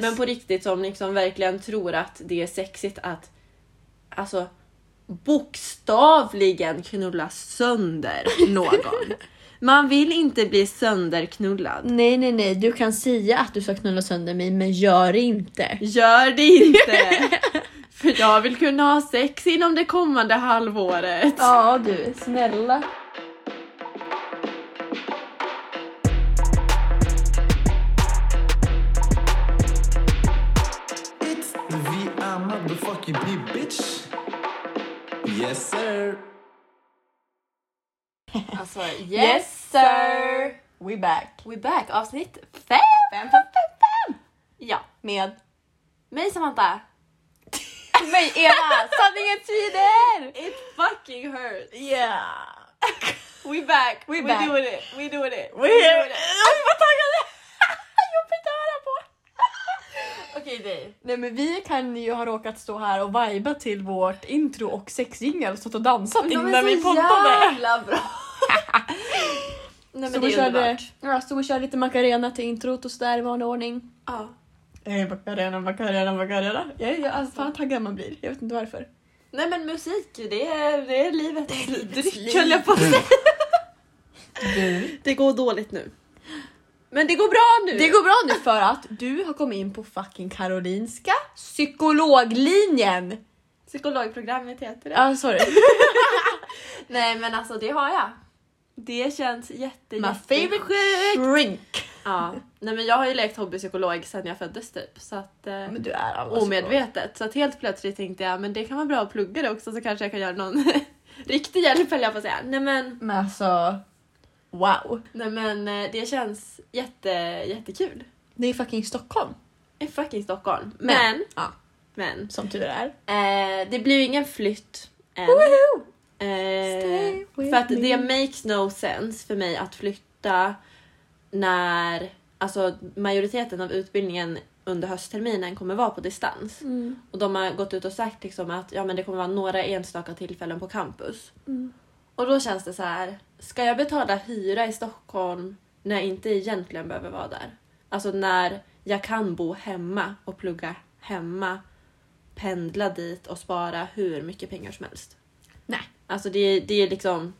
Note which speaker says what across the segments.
Speaker 1: Men på riktigt som liksom verkligen tror att det är sexigt att alltså bokstavligen knulla sönder någon. Man vill inte bli sönderknullad.
Speaker 2: Nej, nej, nej. Du kan säga att du ska knulla sönder mig, men gör det inte.
Speaker 1: Gör det inte! För jag vill kunna ha sex inom det kommande halvåret.
Speaker 2: Ja, du. Snälla.
Speaker 3: It's the VR motherfucking B, bitch. Yes, sir.
Speaker 1: Alltså yes sir!
Speaker 2: We back.
Speaker 1: We back avsnitt fem!
Speaker 2: Fem, fem,
Speaker 1: Ja,
Speaker 2: Med
Speaker 1: mig Samantha.
Speaker 2: mig, Eva. Sanningen svider!
Speaker 1: It fucking hurts.
Speaker 2: Yeah.
Speaker 1: We back! We,
Speaker 2: back.
Speaker 1: doing it! We doing it!
Speaker 2: We're here. Oj, vad taggade! Jobbigt att höra på.
Speaker 1: Okej dig.
Speaker 2: Nej, men vi kan ju ha råkat stå här och viba till vårt intro och sexjingel, stått och dansat innan vi poddade.
Speaker 1: jävla bra! Nej men
Speaker 2: Så
Speaker 1: det
Speaker 2: vi,
Speaker 1: är
Speaker 2: körde,
Speaker 1: underbart.
Speaker 2: ja, så vi körde lite Macarena till introt och sådär i vanlig ordning.
Speaker 1: Ja.
Speaker 2: Eh, Macarena, Macarena, Macarena. Jag är alltså, fan vad taggad man blir. Jag vet inte varför.
Speaker 1: Nej men musik, det är, det är livets dryck
Speaker 2: liv.
Speaker 1: höll jag på att säga. Det går dåligt nu. Men det går bra nu!
Speaker 2: Det går bra nu för att du har kommit in på fucking Karolinska psykologlinjen.
Speaker 1: Psykologprogrammet heter det.
Speaker 2: Ja, sorry.
Speaker 1: Nej men alltså det har jag. Det känns jätte,
Speaker 2: My
Speaker 1: jätte
Speaker 2: favorite drink.
Speaker 1: Ja. Nej men jag har ju lekt hobbypsykolog sedan jag föddes typ. Så att, eh,
Speaker 2: Men du är alla
Speaker 1: omedvetet. Så att helt plötsligt tänkte jag men det kan vara bra att plugga det också så kanske jag kan göra någon riktig hjälp höll jag på att säga. Nej men,
Speaker 2: Men alltså, wow.
Speaker 1: nej men eh, det känns jätte, jättekul.
Speaker 2: Det är fucking Stockholm.
Speaker 1: I fucking Stockholm.
Speaker 2: Men-
Speaker 1: Men,
Speaker 2: Ja,
Speaker 1: men.
Speaker 2: som tur är.
Speaker 1: Eh, det blir ju ingen flytt än.
Speaker 2: Woho!
Speaker 1: Eh,
Speaker 2: Stay with
Speaker 1: för att
Speaker 2: me.
Speaker 1: det makes no sense för mig att flytta när alltså, majoriteten av utbildningen under höstterminen kommer vara på distans.
Speaker 2: Mm.
Speaker 1: Och de har gått ut och sagt liksom att ja, men det kommer vara några enstaka tillfällen på campus.
Speaker 2: Mm.
Speaker 1: Och då känns det så här, ska jag betala hyra i Stockholm när jag inte egentligen behöver vara där? Alltså när jag kan bo hemma och plugga hemma, pendla dit och spara hur mycket pengar som helst.
Speaker 2: Nej.
Speaker 1: Alltså det, är- det är liksom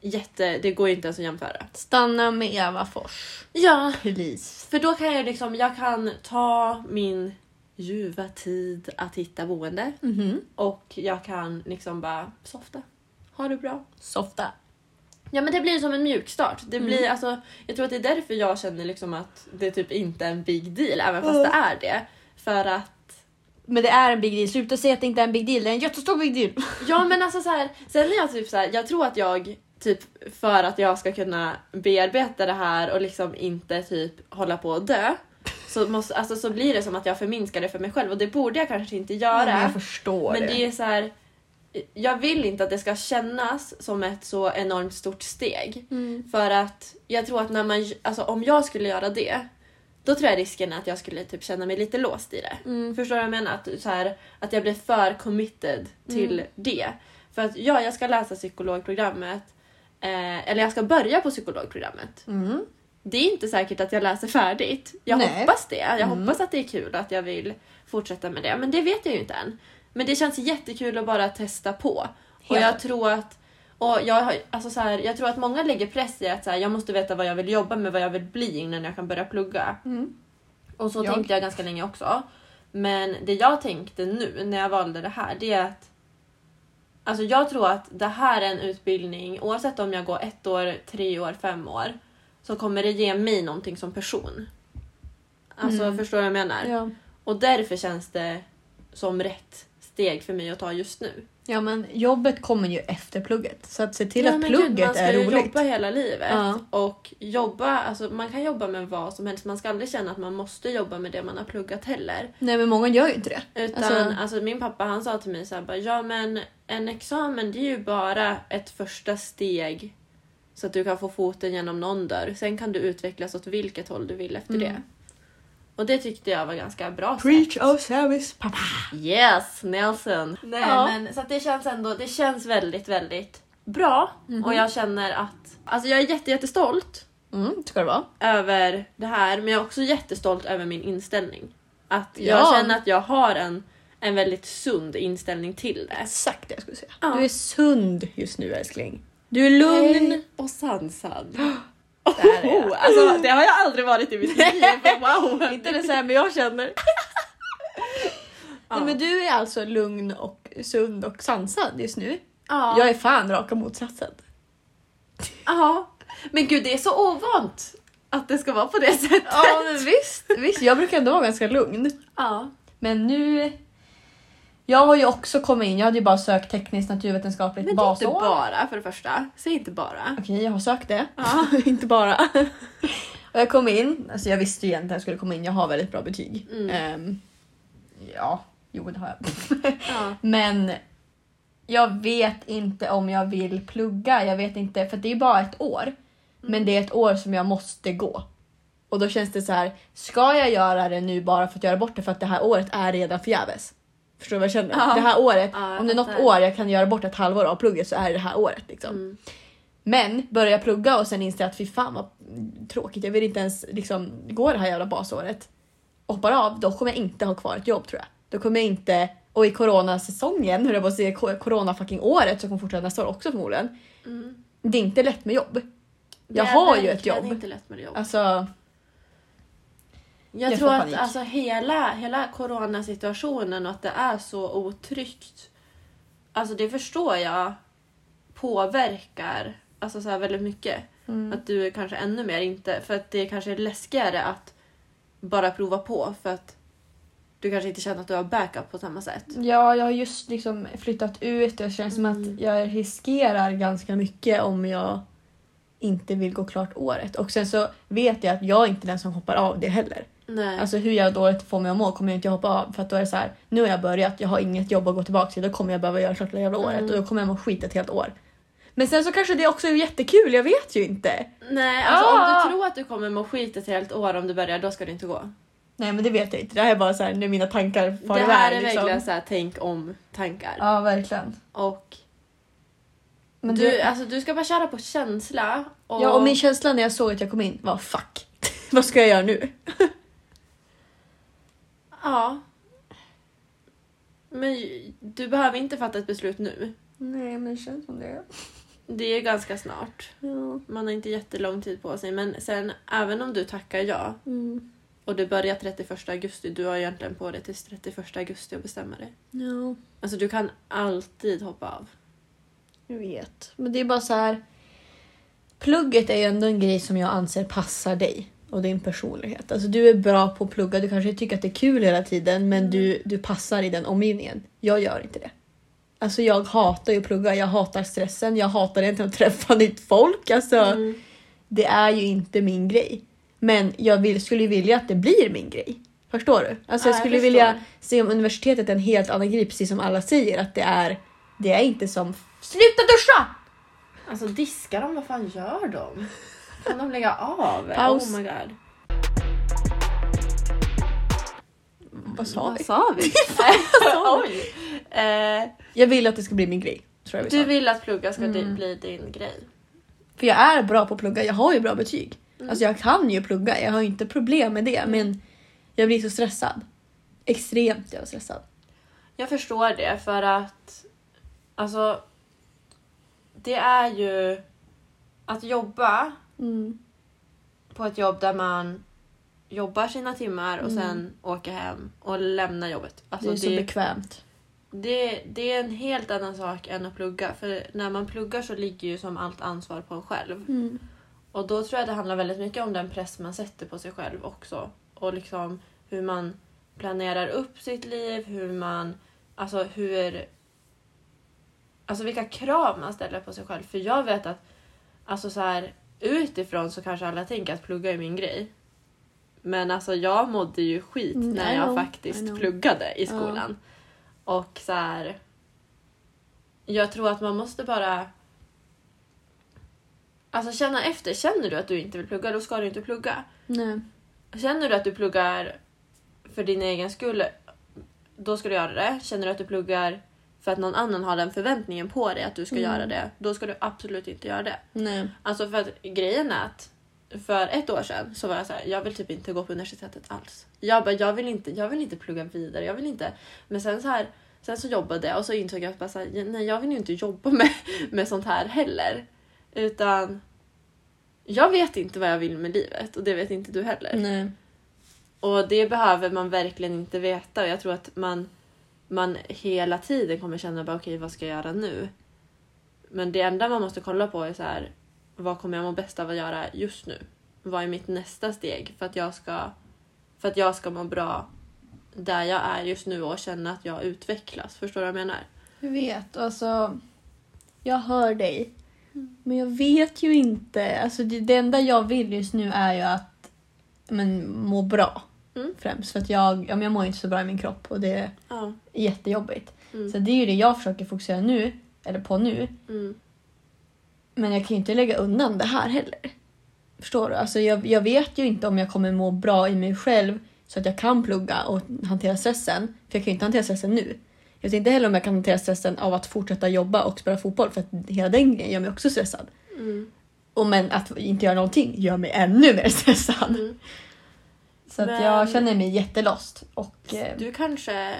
Speaker 1: jätte, det går inte ens att jämföra.
Speaker 2: Stanna med Eva Fors.
Speaker 1: Ja,
Speaker 2: Please.
Speaker 1: för då kan jag liksom, jag kan ta min ljuva tid att hitta boende
Speaker 2: Mhm.
Speaker 1: och jag kan liksom bara softa. Ha det bra.
Speaker 2: Softa.
Speaker 1: Ja men det blir som en mjukstart. Det blir, alltså, jag tror att det är därför jag känner liksom att det typ inte är en big deal även fast det är det. För att
Speaker 2: Men det är en big deal. Sluta säga att det inte är en big deal. Det är en jättestor big deal.
Speaker 1: Ja men alltså så här, sen är jag typ så här, jag tror att jag typ för att jag ska kunna bearbeta det här och liksom inte typ hålla på att dö så, måste, alltså, så blir det som att jag förminskar det för mig själv och det borde jag kanske inte göra.
Speaker 2: Men jag förstår
Speaker 1: Men
Speaker 2: det.
Speaker 1: det är så här. Jag vill inte att det ska kännas som ett så enormt stort steg.
Speaker 2: Mm.
Speaker 1: För att jag tror att när man, alltså om jag skulle göra det, då tror jag risken är att jag skulle typ känna mig lite låst i det.
Speaker 2: Mm.
Speaker 1: Förstår du vad jag menar? Att, så här, att jag blir för committed till
Speaker 2: Mm.
Speaker 1: det. För att ja, jag ska läsa psykologprogrammet, eh, eller jag ska börja på psykologprogrammet.
Speaker 2: Mm.
Speaker 1: Det är inte säkert att jag läser färdigt. Jag
Speaker 2: Nej.
Speaker 1: hoppas det. Jag hoppas att det är kul och att jag vill fortsätta med det. Men det vet jag ju inte än. Men det känns jättekul att bara testa på. Och
Speaker 2: Helt.
Speaker 1: jag tror att och jag, har- alltså så här, jag tror att många lägger press i att så här, jag måste veta vad jag vill jobba med, vad jag vill bli innan jag kan börja plugga. Och så
Speaker 2: Jag.
Speaker 1: tänkte jag ganska länge också. Men det jag tänkte nu när jag valde det här, det är att Alltså jag tror att det här är en utbildning, oavsett om jag går ett år, tre år, fem år, så kommer det ge mig någonting som person. Alltså förstår du vad jag menar?
Speaker 2: Mm. Ja.
Speaker 1: Och därför känns det som rätt steg för mig att ta just nu.
Speaker 2: ja, men jobbet kommer ju efter plugget. Så att se till
Speaker 1: Ja,
Speaker 2: att
Speaker 1: men
Speaker 2: plugget
Speaker 1: gud, man ska
Speaker 2: är
Speaker 1: ju
Speaker 2: roligt.
Speaker 1: jobba hela livet.
Speaker 2: Ja.
Speaker 1: Och jobba, alltså man kan jobba med vad som helst, man ska aldrig känna att man måste jobba med det man har pluggat heller.
Speaker 2: Nej, men många gör ju inte det.
Speaker 1: Utan
Speaker 2: Alltså-
Speaker 1: alltså, min pappa han sa till mig så här, bara, ja men en examen det är ju bara ett första steg så att du kan få foten genom någon dörr. Sen kan du utvecklas åt vilket håll du vill efter det. Och det tyckte jag var ganska bra
Speaker 2: Mm. Preach
Speaker 1: sagt.
Speaker 2: of service, pappa.
Speaker 1: Yes, Nelson! Nej,
Speaker 2: Ja.
Speaker 1: men, så att det känns ändå det känns väldigt, väldigt bra.
Speaker 2: Mhm.
Speaker 1: Och jag känner att, alltså jag är jätte, jättestolt
Speaker 2: Mm, ska det vara.
Speaker 1: över det här men jag är också jättestolt över min inställning. Att jag
Speaker 2: Ja.
Speaker 1: känner att jag har en, en väldigt sund inställning till det.
Speaker 2: Exakt det jag skulle säga.
Speaker 1: Ja.
Speaker 2: Du är sund just nu älskling. Du är lugn.
Speaker 1: och sansad.
Speaker 2: Där är jag.
Speaker 1: Oh, alltså, det har jag aldrig varit i mitt liv. Wow.
Speaker 2: Inte det så här, men jag känner.
Speaker 1: Ja.
Speaker 2: Nej, men du är alltså lugn och sund och sansad just nu.
Speaker 1: Ja.
Speaker 2: Jag är fan raka motsatsen.
Speaker 1: Ja. Men gud, det är så ovant att det ska vara på det sättet.
Speaker 2: Ja men visst, visst. Jag brukar ändå vara ganska lugn.
Speaker 1: Ja.
Speaker 2: Men nu... Jag har ju också kommit in, jag hade ju bara sökt tekniskt naturvetenskapligt
Speaker 1: Men det är inte
Speaker 2: basår.
Speaker 1: bara för det första. Säg inte bara.
Speaker 2: Okej, jag har sökt det.
Speaker 1: Ja.
Speaker 2: inte bara. och jag kom in, alltså jag visste ju egentligen att jag skulle komma in, jag har väldigt bra betyg.
Speaker 1: Mm.
Speaker 2: Ehm, ja, jo det har jag.
Speaker 1: Ja.
Speaker 2: Men jag vet inte om jag vill plugga, jag vet inte, för det är bara ett år. Men det är ett år som jag måste gå. Och då känns det så här, ska jag göra det nu bara för att göra bort det för att det här året är redan förgäves? Förstår du vad jag känner?
Speaker 1: Ja.
Speaker 2: Det här året,
Speaker 1: Ja, jag
Speaker 2: om det är något
Speaker 1: fattar.
Speaker 2: år jag kan göra bort ett halvår av plugget så är det det här året. Liksom.
Speaker 1: Mm.
Speaker 2: Men börjar jag plugga och sen inser jag att fy fan vad tråkigt, jag vill inte ens liksom, gå det här jävla basåret. Hoppar av, då kommer jag inte ha kvar ett jobb tror jag. Då kommer jag inte, och i coronasäsongen, hur jag på att säga, corona fucking året så kommer fortsätta nästa år också förmodligen.
Speaker 1: Mm.
Speaker 2: Det är inte lätt med jobb.
Speaker 1: Det
Speaker 2: Jag
Speaker 1: är
Speaker 2: har ju ett
Speaker 1: verkligen
Speaker 2: jobb.
Speaker 1: inte lätt med jobb.
Speaker 2: Alltså,
Speaker 1: Jag,
Speaker 2: Jag
Speaker 1: tror
Speaker 2: får
Speaker 1: att
Speaker 2: panik.
Speaker 1: alltså, hela, hela coronasituationen och att det är så otryggt. Alltså det förstår jag påverkar alltså, så här väldigt mycket.
Speaker 2: Mm.
Speaker 1: Att du är kanske ännu mer inte, för att det kanske är läskigare att bara prova på för att du kanske inte känner att du har backup på samma sätt.
Speaker 2: Ja, jag har just liksom flyttat ut och det känns som
Speaker 1: Mm.
Speaker 2: att jag riskerar ganska mycket om jag inte vill gå klart året. Och sen så vet jag att jag är inte den som hoppar av det heller.
Speaker 1: Nej.
Speaker 2: Alltså hur jag dåligt får mig att må kommer jag inte hoppa av för att då är det så här, nu har jag börjat, jag har inget jobb att gå tillbaka till, då kommer jag behöva göra klart det jävla året
Speaker 1: Mm.
Speaker 2: och då kommer jag må skit ett helt år. Men sen så kanske det också är jättekul, jag vet ju inte.
Speaker 1: Nej, alltså om
Speaker 2: Ah!
Speaker 1: du tror att du kommer må skit ett helt år om du börjar, då ska du inte gå.
Speaker 2: Nej men det vet jag inte, det här är bara så här, nu mina tankar far
Speaker 1: det här är
Speaker 2: iväg. Liksom.
Speaker 1: verkligen så här, tänk om tankar.
Speaker 2: Ja verkligen.
Speaker 1: Och
Speaker 2: Men
Speaker 1: du,
Speaker 2: du,
Speaker 1: alltså, du ska bara köra på känsla. Och,
Speaker 2: Ja, och min känsla när jag såg att jag kom in var fuck. Vad ska jag göra nu?
Speaker 1: ja. Men du behöver inte fatta ett beslut nu.
Speaker 2: Nej, men det känns som det.
Speaker 1: Det är ganska snart.
Speaker 2: Ja.
Speaker 1: Man har inte jättelång tid på sig. Men sen, även om du tackar ja
Speaker 2: mm,
Speaker 1: och du börjar 31 augusti, du har egentligen på dig tills 31 augusti att bestämma dig.
Speaker 2: ja,
Speaker 1: Alltså du kan alltid hoppa av.
Speaker 2: jag vet. Men det är bara så här. Plugget är ju ändå en grej som jag anser passar dig och din personlighet. Alltså du är bra på att plugga, du kanske tycker att det är kul hela tiden men du, du passar i den omgivningen. Jag gör inte det. Alltså jag hatar ju att plugga, jag hatar stressen, jag hatar egentligen att träffa nytt folk. Alltså, det är ju inte min grej. Men jag vill, skulle ju vilja att det blir min grej. Förstår du? Alltså
Speaker 1: Ja,
Speaker 2: jag
Speaker 1: jag
Speaker 2: skulle
Speaker 1: förstår.
Speaker 2: vilja se om universitetet är en helt annan grej, precis som alla säger att det är. Det är inte som Sluta duscha!
Speaker 1: Alltså diskar de, vad fan gör de? Kan de lägga av?
Speaker 2: Paus.
Speaker 1: Oh my god.
Speaker 2: Vad sa vi?
Speaker 1: sa vi? Oj. Eh,
Speaker 2: Jag vill att det ska bli min grej. Tror jag vi
Speaker 1: du
Speaker 2: sa.
Speaker 1: vill att plugga ska di-
Speaker 2: Mm.
Speaker 1: bli din grej.
Speaker 2: För jag är bra på att plugga, jag har ju bra betyg. Alltså jag kan ju plugga, jag har ju inte problem med det men jag blir så stressad. Extremt jag är stressad.
Speaker 1: Jag förstår det för att alltså det är ju att jobba på ett jobb där man jobbar sina timmar och
Speaker 2: Mm.
Speaker 1: sen åker hem och lämnar jobbet. Alltså
Speaker 2: det är så
Speaker 1: det,
Speaker 2: bekvämt.
Speaker 1: det, det är en helt annan sak än att plugga. För när man pluggar så ligger ju som allt ansvar på en själv. Och då tror jag det handlar väldigt mycket om den press man sätter på sig själv också. Och liksom hur man planerar upp sitt liv, hur man... Alltså hur... Alltså vilka krav man ställer på sig själv. För jag vet att alltså så här, utifrån så kanske alla tänker att plugga är min grej. Men alltså jag mådde ju skit
Speaker 2: Mm,
Speaker 1: när
Speaker 2: I
Speaker 1: jag
Speaker 2: know, I
Speaker 1: faktiskt
Speaker 2: know.
Speaker 1: pluggade i
Speaker 2: Ja.
Speaker 1: skolan. Och så här... Jag tror att man måste bara... Alltså känna efter. Känner du att du inte vill plugga, då ska du inte plugga.
Speaker 2: Nej.
Speaker 1: Känner du att du pluggar för din egen skull, då ska du göra det. Känner du att du pluggar för att någon annan har den förväntningen på dig att du ska
Speaker 2: Mm.
Speaker 1: göra det, då ska du absolut inte göra det.
Speaker 2: Nej.
Speaker 1: Alltså för att grejen är att för ett år sedan så var jag så här, jag vill typ inte gå på universitetet alls. Jag bara, jag vill inte, jag vill inte plugga vidare, jag vill inte. Men sen så här, sen så jobbade jag och så insåg jag att bara så här, nej jag vill ju inte jobba med, med sånt här heller. Utan jag vet inte vad jag vill med livet och det vet inte du heller.
Speaker 2: Nej.
Speaker 1: Och det behöver man verkligen inte veta och jag tror att man, man hela tiden kommer känna bara okej vad ska jag göra nu? Men det enda man måste kolla på är så här vad kommer jag må bäst av att göra just nu? Vad är mitt nästa steg för att jag ska, för att jag ska må bra där jag är just nu och känna att jag utvecklas? Förstår du vad jag menar?
Speaker 2: Jag vet, alltså. Jag hör dig.
Speaker 1: Mm.
Speaker 2: Men jag vet ju inte. Alltså, det, det enda jag vill just nu är ju att men, må bra.
Speaker 1: Mm.
Speaker 2: Främst för att jag, ja, men jag mår inte så bra i min kropp och det är
Speaker 1: Ja.
Speaker 2: jättejobbigt.
Speaker 1: Mm.
Speaker 2: Så det är ju det jag försöker fokusera nu, eller på nu.
Speaker 1: Mm.
Speaker 2: Men jag kan ju inte lägga undan det här heller. Förstår du? Alltså, jag, jag vet ju inte om jag kommer må bra i mig själv så att jag kan plugga och hantera stressen. För jag kan ju inte hantera stressen nu. Jag vet inte heller om jag kan hantera stressen av att fortsätta jobba och spela fotboll för att hela den grejen gör mig också stressad.
Speaker 1: Mm.
Speaker 2: Och men att inte göra någonting gör mig ännu mer stressad.
Speaker 1: Mm.
Speaker 2: Så att
Speaker 1: Men-
Speaker 2: jag känner mig jättelost. Och, eh,
Speaker 1: Du kanske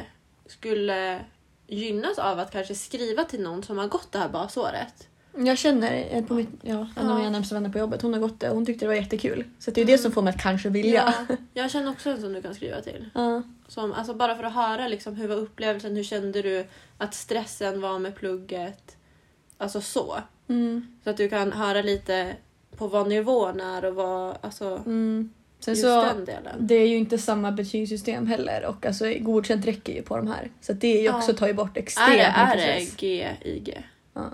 Speaker 1: skulle gynnas av att kanske skriva till någon som har gått det här basåret.
Speaker 2: jag känner en, på mitt, ja, en av
Speaker 1: Ja. Mm.
Speaker 2: mina närmsta vänner på jobbet, hon har gått det och hon tyckte det var jättekul. Så att det är ju det som får mig att kanske vilja.
Speaker 1: Ja, jag känner också en som du kan skriva till.
Speaker 2: Ja.
Speaker 1: Som, alltså bara för att höra liksom, hur var upplevelsen, hur kände du att stressen var med plugget? Alltså så.
Speaker 2: Mm,
Speaker 1: Så att du kan höra lite på vad nivån är och vad, alltså
Speaker 2: mm. Sen
Speaker 1: just
Speaker 2: så,
Speaker 1: den delen.
Speaker 2: det är ju inte samma betygssystem heller och alltså, godkänt räcker ju på de här. Så att det är ju också,
Speaker 1: Ja.
Speaker 2: tar ju bort extremt
Speaker 1: Är det, är
Speaker 2: mycket
Speaker 1: det E
Speaker 2: stress.
Speaker 1: G, IG?
Speaker 2: Ja,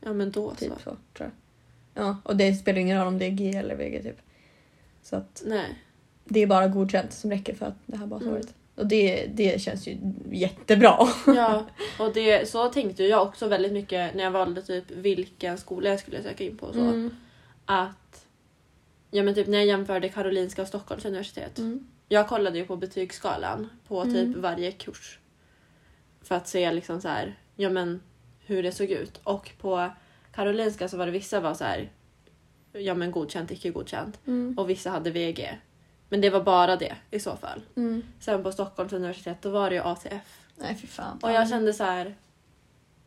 Speaker 1: Ja men då
Speaker 2: typ
Speaker 1: så.
Speaker 2: så, tror jag. Ja, och det spelar ju ingen roll om det är G eller VG typ. Så att
Speaker 1: Nej.
Speaker 2: det är bara godkänt som räcker för att det här basåret.
Speaker 1: Mm.
Speaker 2: Och det, det känns ju jättebra.
Speaker 1: Ja, och det, så tänkte jag också väldigt mycket när jag valde typ vilken skola jag skulle söka in på. Och så.
Speaker 2: Mm.
Speaker 1: Att, ja men typ när jag jämförde Karolinska och Stockholms universitet.
Speaker 2: Mm.
Speaker 1: Jag kollade ju på betygsskalan på typ
Speaker 2: Mm.
Speaker 1: varje kurs. För att se liksom så här, ja men hur det såg ut. Och på Karolinska så var det vissa var så här, ja men godkänt, icke godkänt.
Speaker 2: Mm.
Speaker 1: Och vissa hade VG. Men det var bara det i så fall.
Speaker 2: Mm.
Speaker 1: Sen på Stockholms universitet då var det ju ATF.
Speaker 2: Nej, fy fan.
Speaker 1: Och jag kände så här,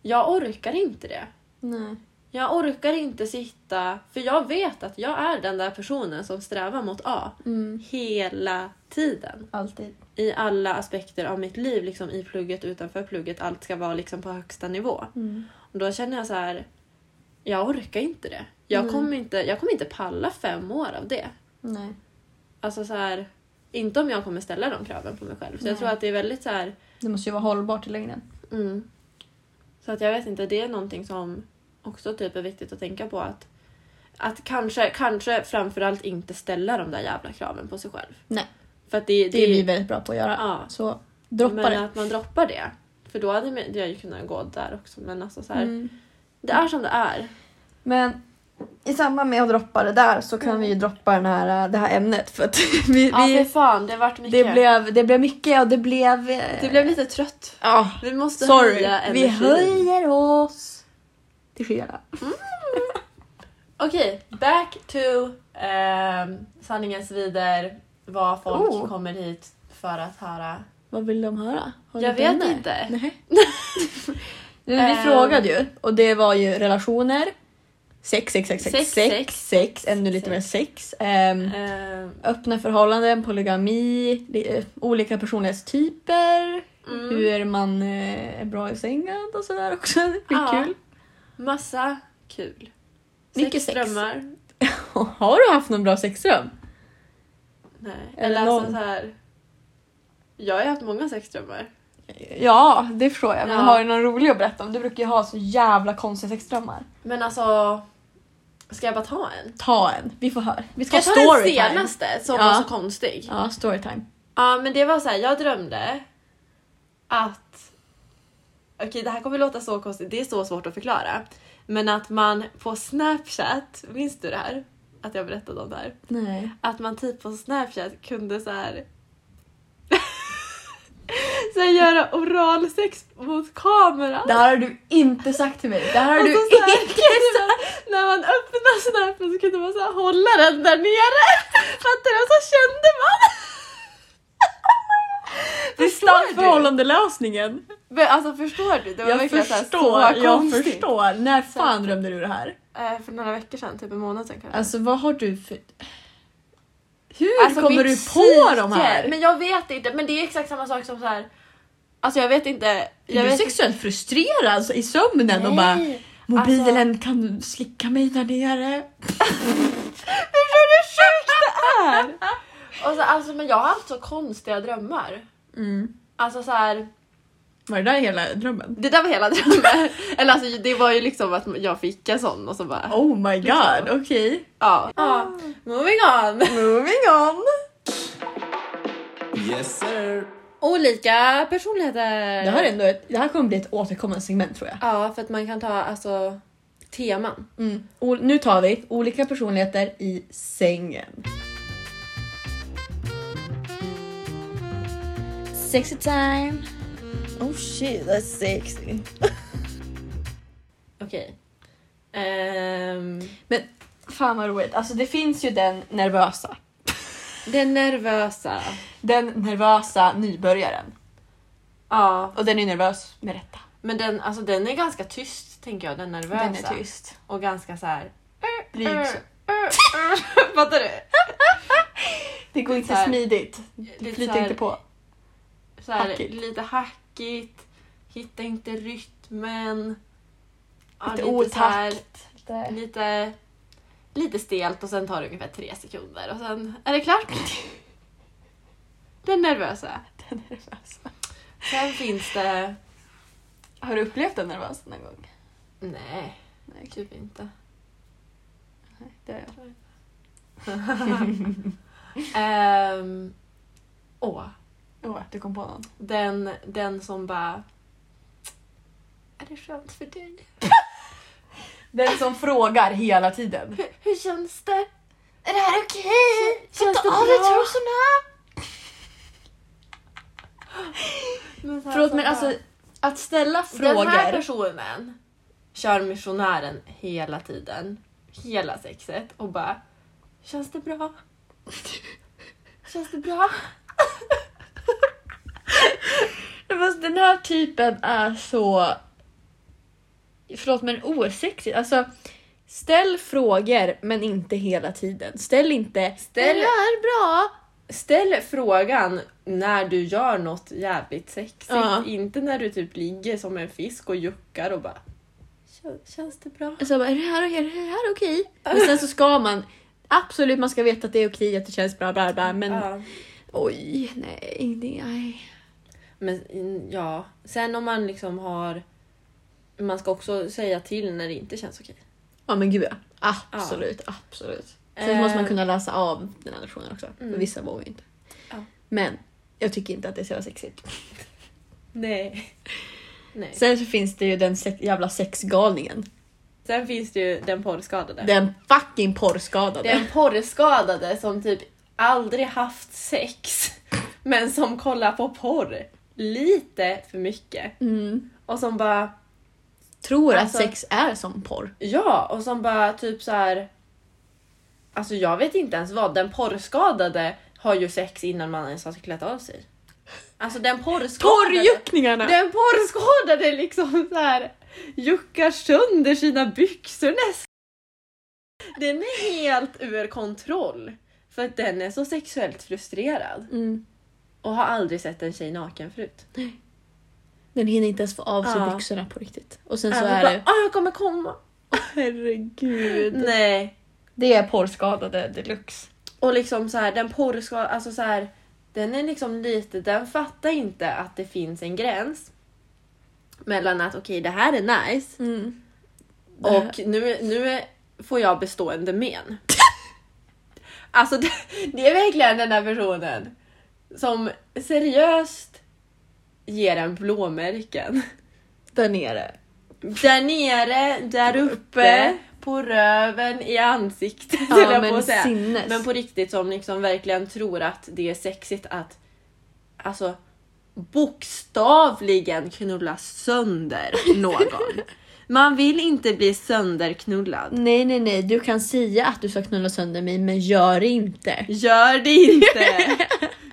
Speaker 1: jag orkar inte det.
Speaker 2: Nej.
Speaker 1: Jag orkar inte sitta, för jag vet att jag är den där personen som strävar mot A
Speaker 2: Mm.
Speaker 1: hela tiden
Speaker 2: Alltid.
Speaker 1: i alla aspekter av mitt liv, liksom i plugget, utanför plugget. Allt ska vara liksom på högsta nivå.
Speaker 2: Mm.
Speaker 1: Och då känner jag så här, jag orkar inte det. Jag,
Speaker 2: Mm.
Speaker 1: kommer, inte, jag kommer inte palla fem år av det.
Speaker 2: Nej.
Speaker 1: Alltså så här, inte om jag kommer ställa de kraven på mig själv. Så jag
Speaker 2: Nej.
Speaker 1: tror att det är väldigt så här,
Speaker 2: Det måste ju vara hållbart i längden.
Speaker 1: mm. Så att jag vet inte, det är någonting som också typ är viktigt att tänka på. Att, att kanske, kanske framförallt inte ställa de där jävla kraven på sig själv.
Speaker 2: Nej.
Speaker 1: För att det, det,
Speaker 2: Det är vi väldigt bra på att göra.
Speaker 1: Ja.
Speaker 2: Så droppa
Speaker 1: men
Speaker 2: det.
Speaker 1: att man droppar det. För då hade man- jag ju kunnat gå där också. Men alltså så här,
Speaker 2: Mm.
Speaker 1: det är som det är.
Speaker 2: Men i samband med att droppa det där så kan vi ju droppa den här, äh, det här ämnet för att vi,
Speaker 1: Ja
Speaker 2: vi,
Speaker 1: för fan, det vart mycket.
Speaker 2: det, blev, det blev mycket och det blev... eh,
Speaker 1: det blev lite trött.
Speaker 2: Ja,
Speaker 1: Vi måste
Speaker 2: sorry.
Speaker 1: höja
Speaker 2: Vi
Speaker 1: energin.
Speaker 2: höjer oss till skyarna.
Speaker 1: Okej, back to ehm, sanningens vider. Vad folk
Speaker 2: Oh.
Speaker 1: kommer hit för att höra.
Speaker 2: Vad vill de höra? Har
Speaker 1: Jag
Speaker 2: du den
Speaker 1: vet inte.
Speaker 2: där? Nej. Men vi
Speaker 1: Ehm.
Speaker 2: frågade ju och det var ju relationer, sex, sex, sex, sex,
Speaker 1: Sex,
Speaker 2: sex,
Speaker 1: sex,
Speaker 2: sex, ännu
Speaker 1: sex.
Speaker 2: lite mer sex. Ehm,
Speaker 1: Ehm,
Speaker 2: öppna förhållanden, polygami, li- eh, olika personlighetstyper,
Speaker 1: Mm.
Speaker 2: hur man eh, är bra i sängen och sådär också. Det är
Speaker 1: Ja.
Speaker 2: kul.
Speaker 1: massa kul.
Speaker 2: Mycket sex.
Speaker 1: drömmar.
Speaker 2: Har du haft någon bra sexdröm?
Speaker 1: Nej.
Speaker 2: Eller
Speaker 1: Eller alltså
Speaker 2: någon.
Speaker 1: så här. Jag har ju haft många sexdrömmar.
Speaker 2: Ja, det förstår jag. Men
Speaker 1: Ja.
Speaker 2: har du någon rolig att berätta om? Du brukar ju ha så jävla konstiga sexdrömmar.
Speaker 1: Men alltså, ska jag bara ta en?
Speaker 2: Ta en. Vi får höra. Vi
Speaker 1: Ska
Speaker 2: ska,
Speaker 1: jag
Speaker 2: ha
Speaker 1: ta den
Speaker 2: storytime.
Speaker 1: senaste som
Speaker 2: Ja.
Speaker 1: var så konstig? Ja.
Speaker 2: Ja, storytime.
Speaker 1: men det var så här, jag drömde att... Okej det här kommer låta så konstigt, det är så svårt att förklara. Men att man på Snapchat, minns du det här? Att jag berättade om det här?
Speaker 2: Nej.
Speaker 1: Att man typ på Snapchat kunde så här... så här göra göra oralsex mot kamera.
Speaker 4: Det här har du inte sagt till mig. Det här har
Speaker 1: Och
Speaker 2: Alltså,
Speaker 4: du
Speaker 1: Alltså, så
Speaker 4: inte...
Speaker 1: såhär, kunde man, när man öppnade snappen så kunde man så här hålla den där nere. Fattar du? Och så kände man.
Speaker 5: Distansförhållandelösningen.
Speaker 1: Men alltså förstår du? Det var
Speaker 5: Jag
Speaker 1: verkligen
Speaker 5: förstår,
Speaker 1: såhär så
Speaker 5: jag
Speaker 1: konstigt.
Speaker 5: förstår. När fan
Speaker 1: att-
Speaker 5: drömde du det här?
Speaker 1: Eh, för några veckor sedan, typ en månad sedan kanske.
Speaker 5: Alltså vad har du för... Hur
Speaker 2: Alltså,
Speaker 5: kommer du
Speaker 1: mitt
Speaker 5: på
Speaker 1: Alltså, psyke-
Speaker 5: de här?
Speaker 1: Men jag vet inte. Men det är exakt samma sak som så här. Alltså jag vet inte. Jag
Speaker 5: är du
Speaker 1: vet
Speaker 5: sexuellt frustrerad alltså, i sömnen och bara
Speaker 1: Nej.
Speaker 5: “mobilen kan du slicka mig där nere”?
Speaker 1: Och så, alltså, men jag har haft så konstiga drömmar. Alltså så här,
Speaker 5: Var det där hela drömmen?
Speaker 1: det där var hela drömmen. Eller alltså det var ju liksom att jag fick en sån och så bara
Speaker 5: Oh my god, okej.
Speaker 1: ja. Moving on.
Speaker 5: Moving on!
Speaker 3: Yes sir.
Speaker 1: Olika personligheter.
Speaker 2: Det här, är ändå ett, det här kommer bli ett återkommande segment tror jag.
Speaker 1: Ja, för att man kan ta alltså teman.
Speaker 2: O- nu tar vi olika personligheter i sängen. Sexy time! Oh shit, that's sexy.
Speaker 1: Okej. Ehm,
Speaker 2: Fan vad roligt. Alltså det finns ju den nervösa.
Speaker 1: den nervösa.
Speaker 2: Den nervösa nybörjaren.
Speaker 1: Ja,
Speaker 2: Och den är nervös med rätta.
Speaker 1: men den, alltså, den är ganska tyst tänker jag, den nervösa.
Speaker 2: Den är tyst.
Speaker 1: Och ganska så här.
Speaker 2: Blyg.
Speaker 1: Äh, Fattar du?
Speaker 2: Det går inte
Speaker 1: så här-
Speaker 2: smidigt.
Speaker 1: Lite
Speaker 2: Flyter
Speaker 1: så här-
Speaker 2: inte på.
Speaker 1: så här,
Speaker 2: Hackigt.
Speaker 1: lite hackigt, hittar inte rytmen. Ja,
Speaker 2: Lite
Speaker 1: så här-
Speaker 4: Lite-
Speaker 1: lite, lite stelt och sen tar det ungefär tre sekunder och sen är det klart. Den nervösa.
Speaker 2: Den nervösa.
Speaker 1: Sen finns det...
Speaker 2: Har du upplevt den nervösa någon gång?
Speaker 1: Nej,
Speaker 2: Nej,
Speaker 1: typ inte.
Speaker 2: nej, det har jag.
Speaker 1: Ehm, åh,
Speaker 2: Åh, du kom på någon.
Speaker 1: den, den som bara... Är det skönt för dig?
Speaker 5: Den som frågar hela tiden.
Speaker 1: Hur, hur känns det?
Speaker 4: Är det här okej?
Speaker 1: Känns det
Speaker 4: Ta av dig
Speaker 1: bra?
Speaker 4: trosorna!
Speaker 1: Men så här,
Speaker 2: Förlåt
Speaker 1: så
Speaker 2: men
Speaker 1: här-
Speaker 2: alltså att ställa
Speaker 1: Den här
Speaker 2: frågor.
Speaker 1: personen kör missionären hela tiden. Hela sexet och bara Känns det bra? Känns det bra?
Speaker 2: Fast den här typen är så... Förlåt men osexig. Alltså ställ frågor men inte hela tiden. Ställ inte
Speaker 1: Ställ-
Speaker 2: "Det är bra.
Speaker 1: Ställ frågan när du gör något jävligt sexigt.
Speaker 2: Ja.
Speaker 1: Inte när du typ ligger som en fisk och juckar och bara "Kän- Känns det bra?
Speaker 2: Alltså, bara, är det här, är det här okej? Men sen så ska man absolut man ska veta att det är okej att det känns bra bla bla men
Speaker 1: Ja.
Speaker 2: oj nej. Det, nej.
Speaker 1: Men mm, ja, sen om man liksom har man ska också säga till när det inte känns okej.
Speaker 2: Ja men gud ja. Absolut, absolut. Sen
Speaker 1: Eh.
Speaker 2: måste man kunna läsa av den andra personen också. för
Speaker 1: Mm.
Speaker 2: Vissa vågar ju inte.
Speaker 1: Ja.
Speaker 2: Men jag tycker inte att det är så jävla sexigt.
Speaker 1: Nej. Nej.
Speaker 2: Sen så finns det ju den sex, jävla sexgalningen.
Speaker 1: Sen finns det ju den porrskadade.
Speaker 2: Den fucking porrskadade.
Speaker 1: Den porrskadade som typ aldrig haft sex men som kollar på porr lite för mycket.
Speaker 2: Mm.
Speaker 1: Och som bara,
Speaker 2: Tror
Speaker 1: Alltså-
Speaker 2: att sex är som porr.
Speaker 1: ja, och som bara typ så här. Alltså jag vet inte ens vad, den porrskadade har ju sex innan man ens har klätt av sig. Alltså den porrskadade,
Speaker 2: Porrjuckningarna!
Speaker 1: den porrskadade liksom så här juckar sönder sina byxor nästan. Den är helt ur kontroll. För att den är så sexuellt frustrerad.
Speaker 2: Mm.
Speaker 1: Och har aldrig sett en tjej naken förut.
Speaker 2: Den hinner inte ens få av sig
Speaker 1: Ja.
Speaker 2: byxorna på riktigt. Och sen så
Speaker 1: Även
Speaker 2: är
Speaker 1: bara,
Speaker 2: det... Mm.
Speaker 1: "Ah, jag kommer komma.
Speaker 2: Herregud.
Speaker 1: Nej.
Speaker 2: Det är porrskadade deluxe.
Speaker 1: Och liksom så här, den porrskadade, alltså så här, den är liksom lite, den fattar inte att det finns en gräns. Mellan att okej, det här är nice
Speaker 2: Mm.
Speaker 1: och nu, nu är, får jag bestående men. alltså det, det är verkligen den där personen som seriöst ger en blåmärken.
Speaker 2: Där nere.
Speaker 1: Där nere, där uppe,
Speaker 2: Uppe.
Speaker 1: på röven, i ansiktet
Speaker 2: Ja,
Speaker 1: höll jag
Speaker 2: men
Speaker 1: på att säga.
Speaker 2: sinnes.
Speaker 1: Men på riktigt som liksom verkligen tror att det är sexigt att alltså bokstavligen knulla sönder någon. Man vill inte bli sönderknullad.
Speaker 2: Nej, nej, nej. Du kan säga att du ska knulla sönder mig, men gör det inte.
Speaker 1: Gör det inte!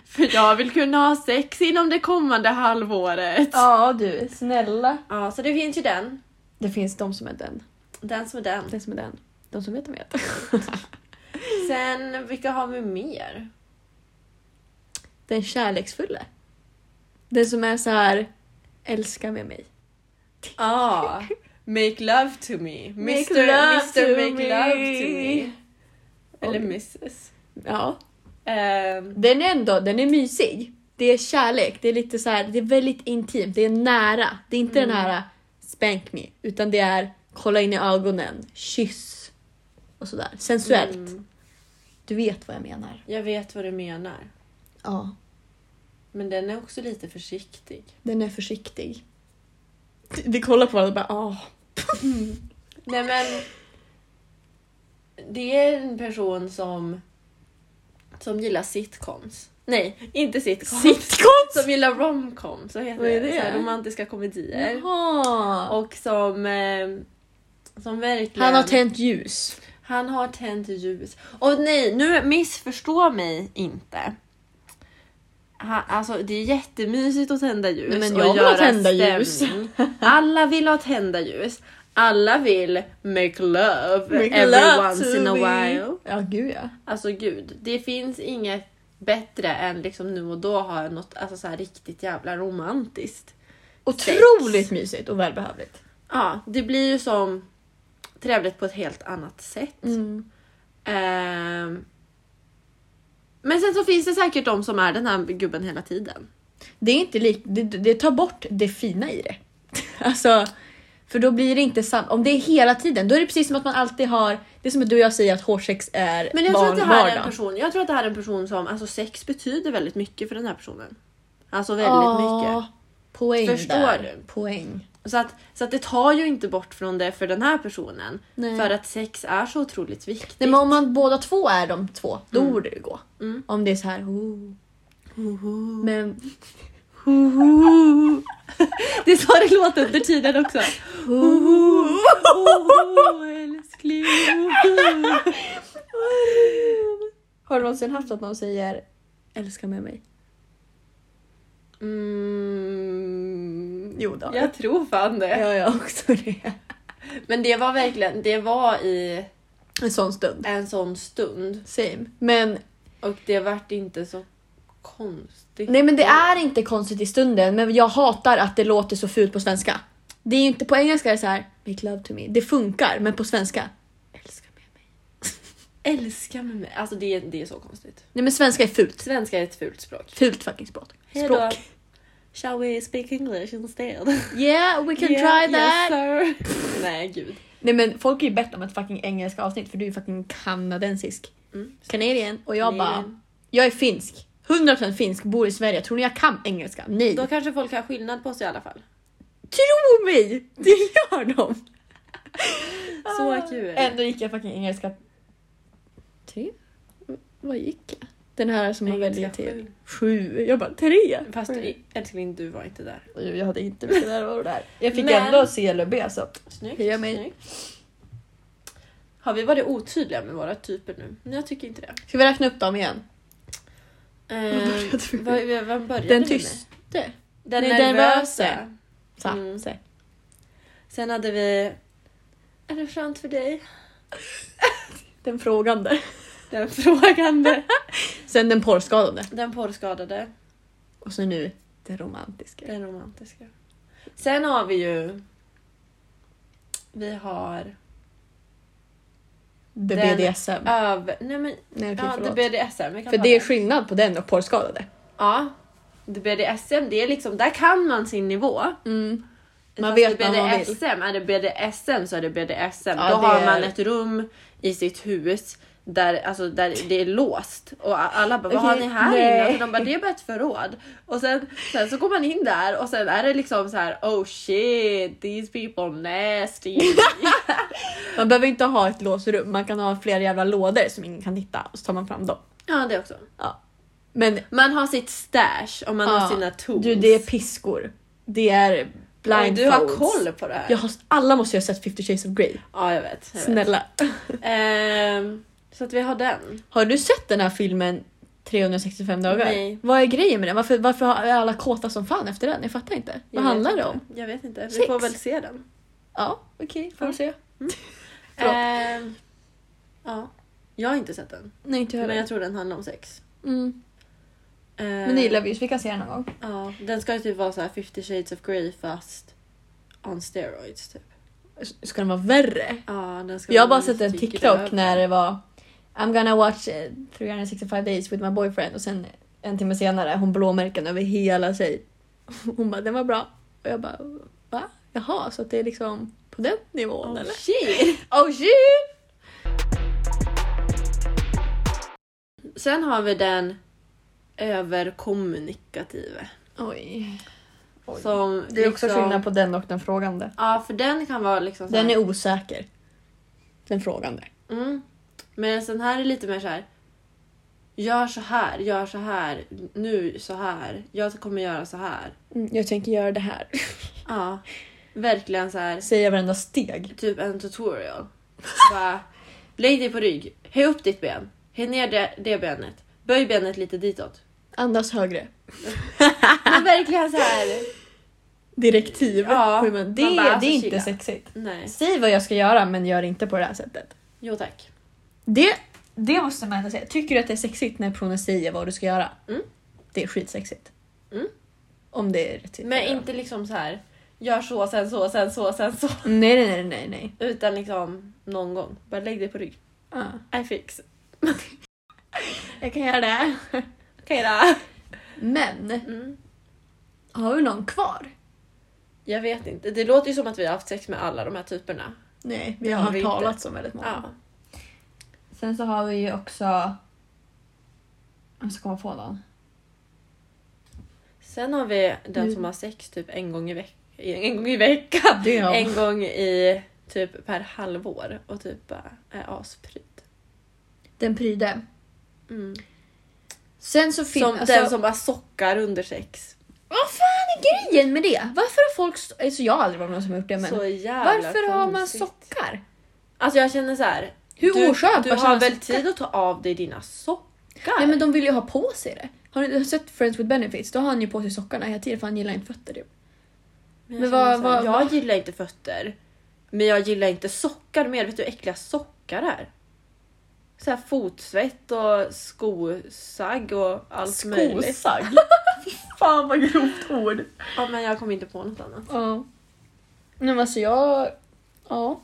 Speaker 1: För jag vill kunna ha sex inom det kommande halvåret. Ja,
Speaker 2: Ja, du. Snälla.
Speaker 1: så det finns ju den.
Speaker 2: Det finns de som är den.
Speaker 1: Den som är den.
Speaker 2: Den som är den. De som vet, de vet.
Speaker 1: Sen, vilka har vi mer?
Speaker 2: Den kärleksfulla. Den som är så här älska med mig.
Speaker 1: Ah, make love to me. Mr.
Speaker 2: Make
Speaker 1: Mr.
Speaker 2: love to
Speaker 1: make
Speaker 2: me.
Speaker 1: love to me. Eller mrs.
Speaker 2: Ja.
Speaker 1: Ehm,
Speaker 2: Den är ändå, den är mysig. Det är kärlek, det är lite så här, det är väldigt intimt, det är nära. Det är inte
Speaker 1: Mm.
Speaker 2: den här spank me, utan det är kolla in i ögonen, kyss och sådär. Sensuellt.
Speaker 1: mm,
Speaker 2: Du vet vad jag menar.
Speaker 1: jag vet vad du menar.
Speaker 2: Ja.
Speaker 1: Men den är också lite försiktig.
Speaker 2: Den är försiktig. Vi kollar på varandra och bara ah.
Speaker 1: Nej men. Det är en person som som gillar sitcoms. Nej, inte sitcoms.
Speaker 2: Sitcoms!
Speaker 1: Som gillar romcoms. Så heter
Speaker 2: Vad är
Speaker 1: det?
Speaker 2: det?
Speaker 1: Så här, romantiska komedier.
Speaker 2: Jaha.
Speaker 1: Och som eh, som verkligen
Speaker 2: Han har tänt ljus.
Speaker 1: han har tänt ljus. Och nej, nu missförstå mig inte. Han, alltså det är jättemysigt att tända ljus.
Speaker 2: Nej, men
Speaker 1: och
Speaker 2: jag vill ha
Speaker 1: göra
Speaker 2: tända ljus.
Speaker 1: stämning. Alla vill ha tända ljus. Alla vill make love every once in a while.
Speaker 2: Ja, gud ja.
Speaker 1: Alltså gud, det finns inget bättre än liksom nu och då ha något alltså, så här riktigt jävla romantiskt.
Speaker 2: Otroligt mysigt och välbehövligt.
Speaker 1: Ja, det blir ju som trevligt på ett helt annat sätt.
Speaker 2: Mm.
Speaker 1: Ehm. Men sen så finns det säkert de som är den här gubben hela tiden.
Speaker 2: Det är inte lik, det, det tar bort det fina i det. alltså, för då blir det inte sant. Om det är hela tiden, då är det precis som att man alltid har... Det är som att du och jag säger att hårsex är
Speaker 1: Men jag, tror, att det
Speaker 2: barn,
Speaker 1: här är en
Speaker 2: vardag.
Speaker 1: person, jag tror att det här är en person som, alltså sex betyder väldigt mycket för den här personen. Alltså väldigt
Speaker 2: Ja,
Speaker 1: mycket.
Speaker 2: Poäng
Speaker 1: Förstår
Speaker 2: där.
Speaker 1: du?
Speaker 2: Poäng.
Speaker 1: Så att, så att det tar ju inte bort från det för den här personen.
Speaker 2: Nej.
Speaker 1: För att sex är så otroligt viktigt.
Speaker 2: Nej, men om man båda två är de två, då borde det gå. Om det är så här... Oh. Men
Speaker 1: Det är så det låter under tiden också. Åh, älskling.
Speaker 2: har du någonsin haft att någon säger älska med mig?
Speaker 1: Mm,
Speaker 2: Jo, det har jag.
Speaker 1: jag tror fan det.
Speaker 2: Ja, jag har också det.
Speaker 1: Men det var verkligen, det var i
Speaker 2: En sån stund.
Speaker 1: en sån stund
Speaker 2: Same. Men
Speaker 1: och det vart inte så konstigt.
Speaker 2: Nej men det är inte konstigt i stunden men jag hatar att det låter så fult på svenska. Det är ju inte på engelska är det så här make love to me. Det funkar men på svenska. Älska mig.
Speaker 1: Älska med mig. Alltså det, det är så konstigt.
Speaker 2: Nej men svenska är fult.
Speaker 1: Svenska är ett fult språk.
Speaker 2: Fult fucking språk.
Speaker 1: Hejdå.
Speaker 2: Språk.
Speaker 1: Shall we speak English instead?
Speaker 2: Yeah we can
Speaker 1: Yeah,
Speaker 2: try that.
Speaker 1: Yes, sir. Nej gud.
Speaker 2: Nej men folk är ju bett om ett fucking engelska avsnitt för du är ju fucking kanadensisk.
Speaker 1: Mm.
Speaker 2: Canadian och jag bara
Speaker 1: Canadian.
Speaker 2: jag är finsk. 100% finsk, bor i Sverige. Tror ni jag kan engelska? Nej.
Speaker 1: Då kanske folk har skillnad på sig i alla fall.
Speaker 2: Tro mig! Det gör de. Ah.
Speaker 1: Så kul.
Speaker 2: Ändå gick jag fucking engelska. Tre? Typ. Vad gick jag? Den här som man
Speaker 1: Engelska
Speaker 2: väljer till.
Speaker 1: sju.
Speaker 2: Sju. Jag bara tre!
Speaker 1: Fast älskling du var inte där.
Speaker 2: Oj, Jag hade inte mycket närvaro där. Jag fick
Speaker 1: Men-
Speaker 2: ändå C eller B så.
Speaker 1: Snyggt.
Speaker 2: Heja mig.
Speaker 1: snyggt. Har vi varit otydliga med våra typer nu? Nej jag tycker inte det.
Speaker 2: Ska vi räkna upp dem igen?
Speaker 1: Eh, vad, vad- vad började
Speaker 2: Den
Speaker 1: vi med?
Speaker 2: tyste.
Speaker 1: Den
Speaker 2: Nej, den
Speaker 1: nervösa.
Speaker 2: röse. Så,
Speaker 1: Mm.
Speaker 2: så.
Speaker 1: Sen hade vi... Är det skönt för dig?
Speaker 2: Den frågande.
Speaker 1: Den frågande.
Speaker 2: Sen den porrskadade.
Speaker 1: den porrskadade.
Speaker 2: Och så nu den romantiska.
Speaker 1: Den romantiska. Sen har vi ju... Vi har...
Speaker 2: The
Speaker 1: Den-
Speaker 2: BDSM.
Speaker 1: Över... Nej men...
Speaker 2: Nej, okej,
Speaker 1: Ja, det
Speaker 2: förlåt.
Speaker 1: BDSM. Vi kan
Speaker 2: För
Speaker 1: ta
Speaker 2: det är skillnad på den och porrskadade.
Speaker 1: Ja. Det BDSM, det är liksom... Där kan man sin nivå.
Speaker 2: Mm. Man
Speaker 1: Fast
Speaker 2: vet
Speaker 1: det
Speaker 2: vad man vill.
Speaker 1: BDSM, är det BDSM så är det BDSM.
Speaker 2: Ja,
Speaker 1: Då
Speaker 2: det
Speaker 1: har
Speaker 2: är-
Speaker 1: man ett rum i sitt hus där, alltså, där det är låst och a- alla bara vad har
Speaker 2: Okej,
Speaker 1: ni här
Speaker 2: nej.
Speaker 1: inne? Och så de bara det är bara ett förråd. Och sen, sen så går man in där och sen är det liksom så här oh shit these people nasty.
Speaker 2: Man behöver inte ha ett låsrum, man kan ha flera jävla lådor som ingen kan hitta och så tar man fram dem.
Speaker 1: ja det också.
Speaker 2: Ja. Men
Speaker 1: Man har sitt stash och man
Speaker 2: Ja.
Speaker 1: har sina tools.
Speaker 2: du, det är piskor. Det är
Speaker 1: Oj,
Speaker 2: blindfolds.
Speaker 1: Du har koll på det här.
Speaker 2: Jag har, alla måste ju ha sett 50 shades of Grey.
Speaker 1: Ja, jag vet. Jag vet.
Speaker 2: Snälla.
Speaker 1: Ehm, så att vi har den.
Speaker 2: Har du sett den här filmen 365 dagar?
Speaker 1: Nej.
Speaker 2: Vad är grejen med den? Varför, varför är alla kåta som fan efter den? Jag fattar inte.
Speaker 1: Jag
Speaker 2: Vad handlar
Speaker 1: vet
Speaker 2: det om?
Speaker 1: inte. Jag vet inte. Vi
Speaker 2: Sex.
Speaker 1: får väl se den.
Speaker 2: Ja, okej. får vi se. Bra.
Speaker 1: Ehm, ja. Jag har inte sett den.
Speaker 2: Nej, inte jag
Speaker 1: Men jag
Speaker 2: heller.
Speaker 1: tror den handlar om sex.
Speaker 2: Mm.
Speaker 1: Ehm,
Speaker 4: Men det gillar vi ju så vi kan se den någon gång.
Speaker 1: Ja, den ska ju typ vara så här 50 shades of grey fast on steroids typ.
Speaker 2: S- Ska den vara värre?
Speaker 1: Ja, den ska
Speaker 2: Jag har
Speaker 1: vara
Speaker 2: bara sett en
Speaker 1: lite
Speaker 2: TikTok
Speaker 1: grövre.
Speaker 2: när det var I'm gonna watch eh, 365 days with my boyfriend och sen en timme senare hon blåmärken över hela sig. Hon bara den var bra. Och jag bara va? Jaha, så att det är liksom på den nivån
Speaker 1: Oh,
Speaker 2: eller?
Speaker 1: shit.
Speaker 2: Oh shit!
Speaker 1: Sen har vi den överkommunikative.
Speaker 2: Oj.
Speaker 1: Som liksom-
Speaker 2: Det är också skillnad på den och den frågande.
Speaker 1: Ja, för den kan vara liksom så
Speaker 2: Den
Speaker 1: här-
Speaker 2: är osäker. Den frågande.
Speaker 1: Mm. Men sen här är lite mer så här. Gör så här, gör så här, nu så här, jag kommer göra så här.
Speaker 2: Mm, jag tänker göra det här.
Speaker 1: Ja, verkligen så här.
Speaker 2: Säga varenda steg.
Speaker 1: Typ en tutorial. Bara, lägg dig på rygg, höj upp ditt ben, höj ner det, det benet, böj benet lite ditåt.
Speaker 2: Andas högre.
Speaker 1: Men verkligen så här.
Speaker 2: Direktiv.
Speaker 1: Ja,
Speaker 2: Hur man-
Speaker 1: man
Speaker 2: det,
Speaker 1: bara,
Speaker 2: det
Speaker 1: alltså,
Speaker 2: är inte
Speaker 1: chilla.
Speaker 2: sexigt.
Speaker 1: Nej,
Speaker 2: Säg vad jag ska göra men gör inte på det här sättet.
Speaker 1: jo tack.
Speaker 2: Det, det måste man ändå säga. Tycker du att det är sexigt när personen säger vad du ska göra?
Speaker 1: Mm.
Speaker 2: Det är skitsexigt.
Speaker 1: Mm.
Speaker 2: Om det är rätt. sätt
Speaker 1: Men
Speaker 2: att göra.
Speaker 1: inte liksom så här. gör så, sen så, sen så, sen så.
Speaker 2: Nej, nej, nej, nej. nej.
Speaker 1: Utan liksom någon gång. Bara lägg dig på rygg.
Speaker 2: Ja.
Speaker 1: I fix.
Speaker 2: Jag kan göra det.
Speaker 1: Okej då.
Speaker 2: Men,
Speaker 1: Mm.
Speaker 2: har vi någon kvar?
Speaker 1: Jag vet inte. Det låter ju som att vi har haft sex med alla de här typerna.
Speaker 2: Nej,
Speaker 1: Det
Speaker 2: vi har,
Speaker 1: har vi inte.
Speaker 2: talat om väldigt många.
Speaker 1: Ja.
Speaker 4: Sen så har vi ju också... Jag ska komma på någon.
Speaker 1: Sen har vi den
Speaker 2: Mm.
Speaker 1: som har sex typ en gång i, veck- en gång i veckan.
Speaker 2: Det är jag.
Speaker 1: En gång i typ per halvår och typ bara är aspryd.
Speaker 2: Den pryde.
Speaker 1: Mm.
Speaker 2: Sen så finns...
Speaker 1: Som den som bara sockar under sex.
Speaker 2: Vad fan är grejen med det? Varför har folk... st- Alltså jag har aldrig varit någon som har gjort det men...
Speaker 1: så jävla
Speaker 2: Varför har man
Speaker 1: konstigt.
Speaker 2: sockar?
Speaker 1: Alltså jag känner så här.
Speaker 2: Hur
Speaker 1: du,
Speaker 2: oskönt
Speaker 1: Du
Speaker 2: var
Speaker 1: har
Speaker 2: sådana
Speaker 1: väl
Speaker 2: sockar?
Speaker 1: tid att ta av dig dina sockar?
Speaker 2: Nej men de vill ju ha på sig det. Har ni har ni sett Friends with Benefits? Då har han ju på sig sockarna hela tiden för han gillar inte fötter. Typ.
Speaker 1: Men jag
Speaker 2: Men
Speaker 1: känner
Speaker 2: vad-
Speaker 1: så här,
Speaker 2: vad-
Speaker 1: jag gillar inte fötter. Men jag gillar inte sockar mer. Vet du hur äckliga sockar är? Så här fotsvett och skosagg och allt möjligt.
Speaker 2: Skosagg. Fan vad grovt ord.
Speaker 1: Ja, men jag kom inte på något annat.
Speaker 2: Ja. Nej men alltså jag... Ja.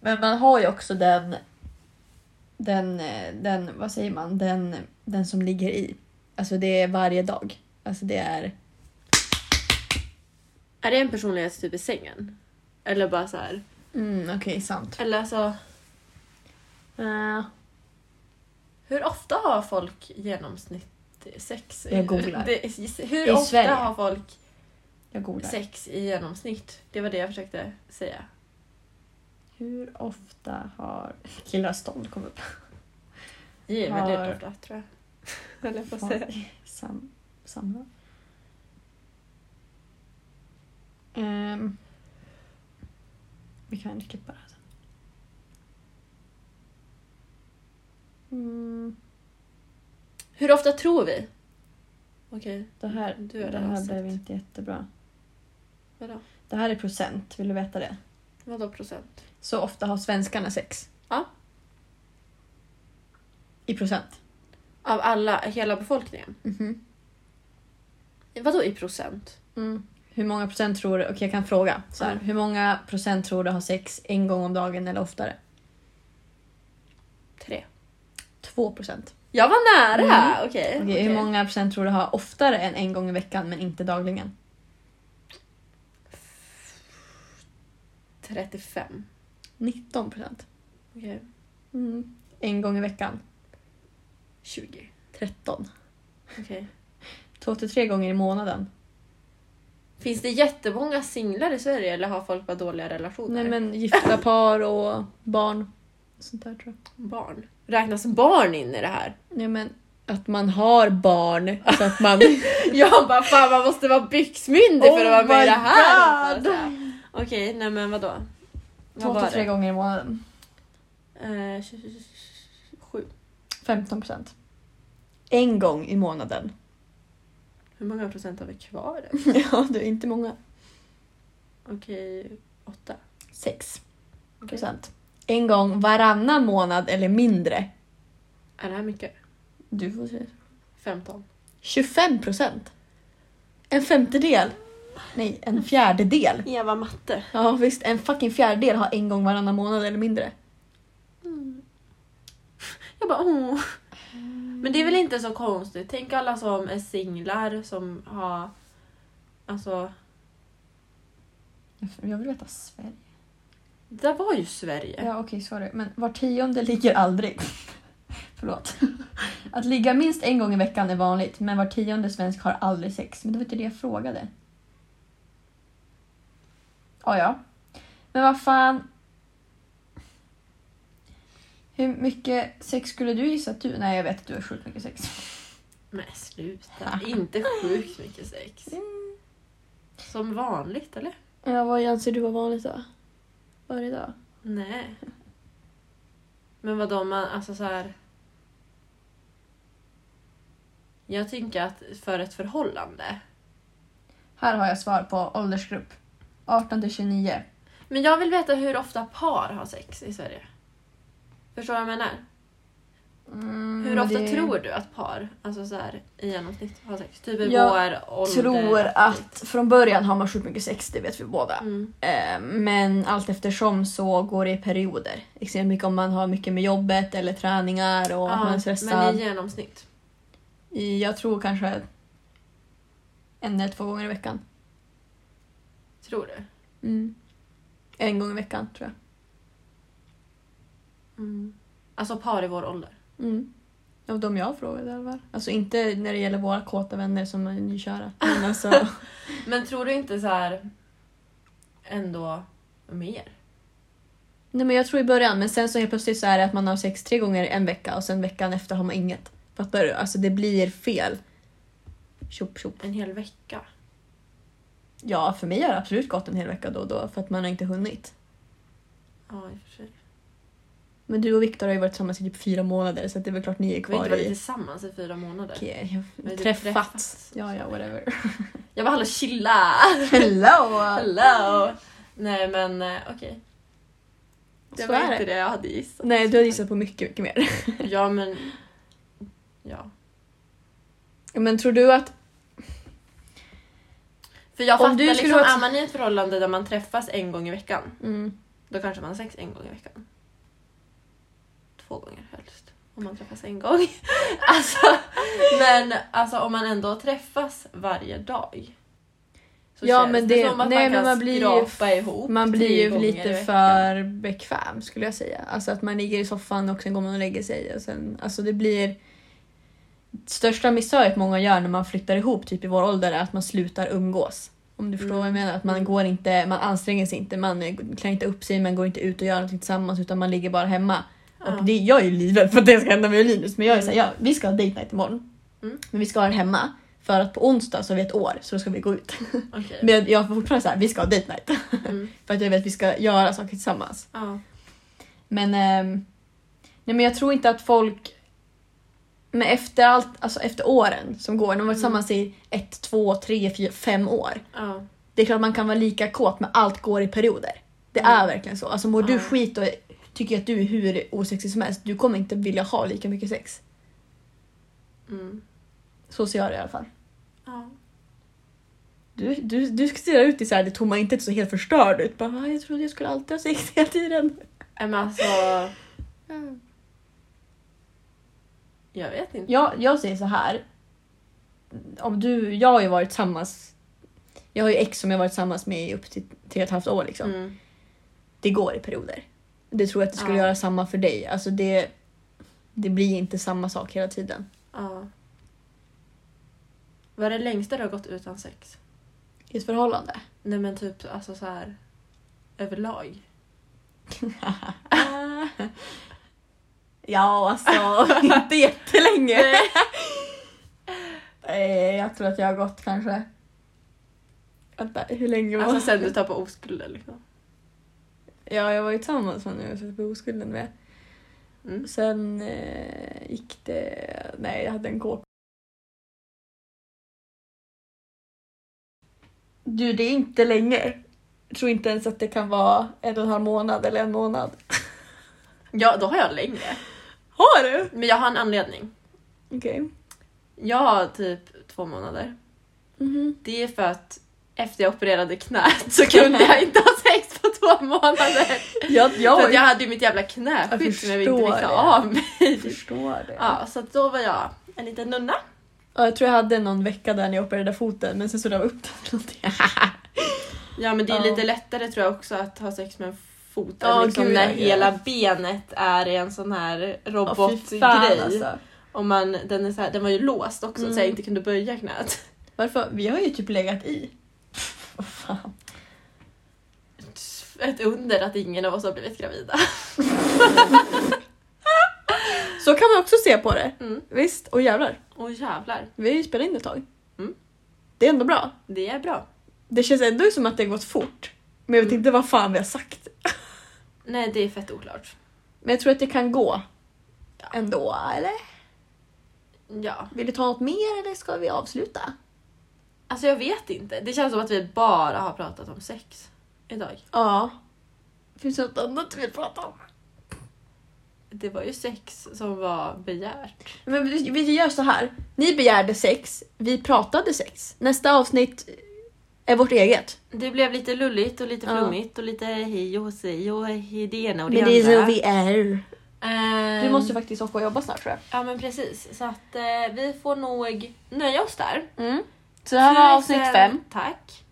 Speaker 4: Men man har ju också den...
Speaker 2: Den, eh, den, vad säger man, den, den som ligger i. Alltså det är varje dag. Alltså det är...
Speaker 1: Är det en personlighetstyp i sängen? Eller bara så här.
Speaker 2: Mm, okej, sant.
Speaker 1: Eller alltså,
Speaker 2: Eh,
Speaker 1: hur ofta har folk genomsnitt sex? i-
Speaker 2: Jag googlar.
Speaker 1: Det, hur
Speaker 2: I
Speaker 1: ofta
Speaker 2: Sverige.
Speaker 1: har folk
Speaker 2: jag googlar.
Speaker 1: sex i genomsnitt? Det var det jag försökte säga.
Speaker 2: Hur ofta har killar stånd kommit upp?
Speaker 1: Det är
Speaker 2: Har-
Speaker 1: väldigt ofta tror jag. Eller på säga.
Speaker 2: Sam, samlag? Ehm, vi kan klippa det här sen. Mm,
Speaker 1: Hur ofta tror vi? Okej,
Speaker 2: det här,
Speaker 1: Du har
Speaker 2: det
Speaker 1: redan
Speaker 2: här
Speaker 1: sett.
Speaker 2: blev inte jättebra.
Speaker 1: vadå?
Speaker 2: Det här är procent, vill du veta det?
Speaker 1: Vadå procent?
Speaker 2: Så ofta har svenskarna sex.
Speaker 1: Ja.
Speaker 2: I procent.
Speaker 1: Av alla, hela befolkningen?
Speaker 2: Mhm.
Speaker 1: Vadå i procent?
Speaker 2: Mm. Hur många procent tror du, okej jag kan fråga. Så här,
Speaker 1: Mm.
Speaker 2: Hur många procent tror du har sex en gång om dagen eller oftare?
Speaker 1: Tre.
Speaker 2: Två procent.
Speaker 1: Jag var nära! Okej.
Speaker 2: Mm. Eh, Okej,
Speaker 1: okej.
Speaker 2: Hur många procent tror du har oftare än en gång i veckan men inte dagligen?
Speaker 1: 35.
Speaker 2: 19 procent.
Speaker 1: Okej.
Speaker 2: Mm. En gång i veckan,
Speaker 1: 20.
Speaker 2: 13.
Speaker 1: Okej.
Speaker 2: Två till tre gånger i månaden.
Speaker 1: Finns det jättemånga singlar i Sverige eller har folk bara
Speaker 2: Oh,
Speaker 1: dåliga relationer?
Speaker 2: Nej men gifta par och barn. Sånt där tror jag.
Speaker 1: Barn. räknas barn in i det här?
Speaker 2: Nej, men att man har barn så att man...
Speaker 1: Jag bara fan man måste vara byxmyndig för att vara med i det här. Så här. Okej, nej men vadå?
Speaker 4: Två
Speaker 1: Vad
Speaker 4: till
Speaker 1: var
Speaker 4: tre
Speaker 1: det?
Speaker 4: gånger i månaden.
Speaker 1: Eh, tj- tj- tj- Sju.
Speaker 4: 15 procent.
Speaker 2: En gång i månaden.
Speaker 1: Hur många procent har vi kvar?
Speaker 2: Ja, det är inte många.
Speaker 1: Okej, åtta.
Speaker 2: Sex.
Speaker 4: procent.
Speaker 2: En gång varannan månad eller mindre.
Speaker 1: Är det här mycket?
Speaker 2: Du får säga.
Speaker 1: 15.
Speaker 2: 25 procent. En femtedel. Nej, en fjärdedel.
Speaker 1: Eva matte.
Speaker 2: Ja visst, en fucking fjärdedel har en gång varannan månad eller mindre.
Speaker 1: Jag bara åh. Men det är väl inte så konstigt. Tänk alla som är singlar som har... Alltså,
Speaker 4: Jag vill veta Sverige.
Speaker 1: det där var ju Sverige.
Speaker 4: Ja okej, sorry. Men var tionde ligger aldrig. Förlåt. Att ligga minst en gång i veckan är vanligt, men var tionde svensk har aldrig sex. Men det var inte det jag frågade. Ja, ja. Men vad fan. Hur mycket sex skulle du gissa att du... Nej, jag vet att du har sjukt mycket sex.
Speaker 1: Men sluta. Inte sjukt mycket sex. Som vanligt eller?
Speaker 2: Ja, vad anser du var vanligt då?
Speaker 4: Varje dag.
Speaker 1: Nej. Men vadå, man, alltså så här. Jag tänker att för ett förhållande.
Speaker 4: Här har jag svar på åldersgrupp. 18 till 29.
Speaker 1: Men jag vill veta hur ofta par har sex i Sverige. Förstår du vad jag menar?
Speaker 4: Mm,
Speaker 1: Hur
Speaker 4: men
Speaker 1: ofta
Speaker 4: det-
Speaker 1: tror du att par, alltså så här, i genomsnitt har sex? Typ i
Speaker 2: Jag
Speaker 1: vår ålder? typ.
Speaker 2: Tror att från början har man sjukt mycket sex, det vet vi båda.
Speaker 1: Mm.
Speaker 2: Eh, Men allt eftersom så går det i perioder. Exempelvis mycket om man har mycket med jobbet eller träningar och att man är
Speaker 1: Ja,
Speaker 2: stressad.
Speaker 1: men i genomsnitt.
Speaker 2: I- Jag tror kanske en eller två gånger i veckan.
Speaker 1: Tror du?
Speaker 2: En gång i veckan tror
Speaker 1: Mm. Alltså par i vår ålder.
Speaker 2: jag.
Speaker 1: Mm.
Speaker 2: Av de jag frågade i alla fall. Alltså inte när det gäller våra kåta vänner som är nykära. Men alltså,
Speaker 1: Men tror du inte så här ändå mer?
Speaker 2: nej men jag tror i början men sen så helt plötsligt så är det att man har sex tre gånger en vecka och sen veckan efter har man inget. Fattar du? Alltså det blir fel. Tjopp tjopp.
Speaker 1: En hel vecka?
Speaker 2: Ja för mig har det absolut gått en hel vecka då och då för att man har inte hunnit.
Speaker 1: Ja, i och för sig.
Speaker 2: Men du och Viktor har ju varit tillsammans i typ fyra månader så att det är väl klart ni är
Speaker 1: Vi har
Speaker 2: kvar
Speaker 1: inte varit
Speaker 2: i...
Speaker 1: tillsammans i fyra månader.
Speaker 2: Okej,
Speaker 1: Vi har typ
Speaker 2: jag
Speaker 1: inte
Speaker 2: träffats. Ja, ja, whatever.
Speaker 1: Jag bara hallå chilla!
Speaker 2: Hello!
Speaker 1: Hello! Nej men eh, okej. Det
Speaker 2: Så
Speaker 1: var
Speaker 2: är
Speaker 1: inte
Speaker 2: det.
Speaker 1: det jag hade gissat.
Speaker 2: Nej, du har gissat på mycket, mycket mer.
Speaker 1: Ja men... Ja.
Speaker 2: Men tror du att...
Speaker 1: För jag
Speaker 2: Om
Speaker 1: fattar
Speaker 2: du skulle
Speaker 1: liksom,
Speaker 2: vara ett-
Speaker 1: är man i ett förhållande där man träffas en gång i veckan,
Speaker 2: Mm.
Speaker 1: då kanske man har sex en gång i veckan. Två gånger helst. Om man träffas en gång. alltså, men alltså om man ändå träffas varje dag. Så
Speaker 2: Ja,
Speaker 1: känns
Speaker 2: men
Speaker 1: det,
Speaker 2: det-
Speaker 1: som att
Speaker 2: nej,
Speaker 1: man kan
Speaker 2: men man blir ju-
Speaker 1: skrapa ihop
Speaker 2: Man blir
Speaker 1: tre
Speaker 2: ju
Speaker 1: gånger i
Speaker 2: lite
Speaker 1: veckan.
Speaker 2: för bekväm skulle jag säga. Alltså att man ligger i soffan och sen går man och lägger sig. Och sen, alltså det blir... Största misstaget många gör när man flyttar ihop typ i vår ålder är att man slutar umgås. Om du förstår vad jag
Speaker 1: Mm.
Speaker 2: menar. Att man, går inte, man anstränger sig inte, man eh, klär inte upp sig, man går inte ut och gör någonting tillsammans utan man ligger bara hemma.
Speaker 1: Ja.
Speaker 2: Och det, jag är ju livrädd för att det ska hända med Linus men jag är såhär, ja, vi ska ha date night imorgon.
Speaker 1: Mm.
Speaker 2: Men vi ska ha den hemma. För att på onsdag så har vi ett år så då ska vi gå ut.
Speaker 1: Okej.
Speaker 2: Men jag är fortfarande såhär, vi ska ha date night.
Speaker 1: Mm.
Speaker 2: För att jag vet att vi ska göra saker tillsammans.
Speaker 1: Ja.
Speaker 2: Men, ehm, nej, men jag tror inte att folk... Men efter allt, alltså efter åren som går, de har varit tillsammans i ett, två, tre, fyra, fem år.
Speaker 1: Ja.
Speaker 2: Det är klart man kan vara lika kåt men allt går i perioder. Det är verkligen så. Alltså mår du skit och tycker att du är hur osexig som helst, du kommer inte vilja ha lika mycket sex.
Speaker 1: Mm.
Speaker 2: Så ser jag det i alla fall.
Speaker 1: Ja.
Speaker 2: Du, du, du ser ut i så här, det tomma intet så helt förstörd ut. Bara, "Ah, jag trodde jag skulle alltid ha sex hela tiden.
Speaker 1: Nej, Men alltså... Jag vet inte.
Speaker 2: Jag, jag säger så här. Om du, jag har ju varit tillsammans. Jag har ju ex som jag har varit tillsammans med i upp till tre och ett halvt år. Liksom.
Speaker 1: Mm.
Speaker 2: Det går i perioder. Det tror jag att det skulle
Speaker 1: Ja.
Speaker 2: göra samma för dig. Alltså det, det blir inte samma sak hela tiden.
Speaker 1: Ja. Vad är det längsta du har gått utan sex?
Speaker 2: I ett förhållande.
Speaker 1: Nej men typ alltså så här överlag.
Speaker 2: Ja, alltså inte jättelänge.
Speaker 4: Eh, jag tror att jag har gått kanske.
Speaker 2: Vänta, hur länge var
Speaker 1: Alltså sen du tappade oskulden liksom.
Speaker 2: Ja, jag var ju tillsammans med honom och satt på oskulden med.
Speaker 1: Mm.
Speaker 2: Sen eh, gick det... Nej, jag hade en kåk. Du, det är inte länge. Jag tror inte ens att det kan vara en och en halv månad eller en månad.
Speaker 1: Ja, då har jag längre.
Speaker 2: Har du?
Speaker 1: Men jag har en anledning.
Speaker 2: Okej.
Speaker 1: Jag har typ två månader.
Speaker 2: Mhm.
Speaker 1: Det är för att efter jag opererade knät så kunde jag inte ha sex på två månader.
Speaker 2: Jag,
Speaker 1: För att
Speaker 2: jag,
Speaker 1: jag hade ju mitt jävla
Speaker 2: Jag
Speaker 1: knäskydd som jag inte
Speaker 2: förstår
Speaker 1: visste
Speaker 2: det.
Speaker 1: av mig.
Speaker 2: förstår det. Ja.
Speaker 1: Ja, så att då var jag en liten nunna.
Speaker 2: jag tror jag hade någon vecka där när jag opererade foten men sen så la jag upp den eller någonting.
Speaker 1: Ja men det är
Speaker 2: Ja.
Speaker 1: lite lättare tror jag också att ha sex med en fot än
Speaker 2: Ja,
Speaker 1: liksom
Speaker 2: gud,
Speaker 1: när
Speaker 2: ja, ja.
Speaker 1: hela benet är i en sån här
Speaker 2: Ja, fy
Speaker 1: robotgrej.
Speaker 2: fan, Mm. alltså.
Speaker 1: Och man, den, är så här, den var ju låst också så jag inte kunde böja knät.
Speaker 2: Varför? Vi har ju typ legat i.
Speaker 1: Ett under att ingen av oss har blivit gravida.
Speaker 2: Så kan man också se på det.
Speaker 1: Mm.
Speaker 2: Visst, och jävlar.
Speaker 1: Åh jävlar,
Speaker 2: Vi har ju spelat in ett tag.
Speaker 1: Mm.
Speaker 2: Det är ändå bra.
Speaker 1: det är bra.
Speaker 2: Det känns ändå som att det har gått fort. Men jag vet inte vad fan vi har sagt.
Speaker 1: Nej det är fett oklart.
Speaker 2: Men jag tror att det kan gå. Ändå, eller?
Speaker 1: Ja,
Speaker 2: Vill du ta något mer eller ska vi avsluta?
Speaker 1: alltså jag vet inte. Det känns som att vi bara har pratat om sex idag.
Speaker 2: Ja. Finns det något annat vi vill prata om?
Speaker 1: Det var ju sex som var begärt.
Speaker 2: Men vi, vi gör så här. Ni begärde sex, vi pratade sex. Nästa avsnitt är vårt eget.
Speaker 1: Det blev lite lulligt och lite
Speaker 2: Ja.
Speaker 1: flummigt och lite hej och hej och hej det ena och det
Speaker 2: Men
Speaker 1: andra.
Speaker 2: det är så vi är.
Speaker 1: Ehm,
Speaker 2: Du måste faktiskt åka och jobba snart tror jag.
Speaker 1: Ja men precis, så att eh, vi får nog nöja oss där.
Speaker 2: Mm. Så det här var
Speaker 1: Tusen
Speaker 2: avsnitt fem,
Speaker 1: Tack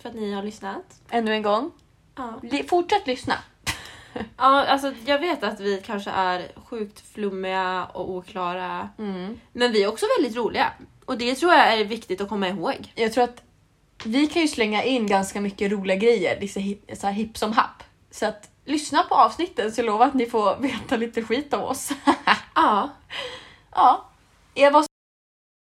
Speaker 1: för att ni har lyssnat.
Speaker 2: ännu en gång.
Speaker 1: Ja.
Speaker 2: Li- Fortsätt lyssna.
Speaker 1: ja, alltså jag vet att vi kanske är sjukt flummiga och oklara.
Speaker 2: Mm.
Speaker 1: Men vi är också väldigt roliga. Och det tror jag är viktigt att komma ihåg.
Speaker 2: Jag tror att vi kan ju slänga in ganska mycket roliga grejer, lite så hi- så här hipp som happ. Så att lyssna på avsnitten så jag lovar att ni får veta lite skit om oss.
Speaker 1: Ja.
Speaker 2: ja. Eva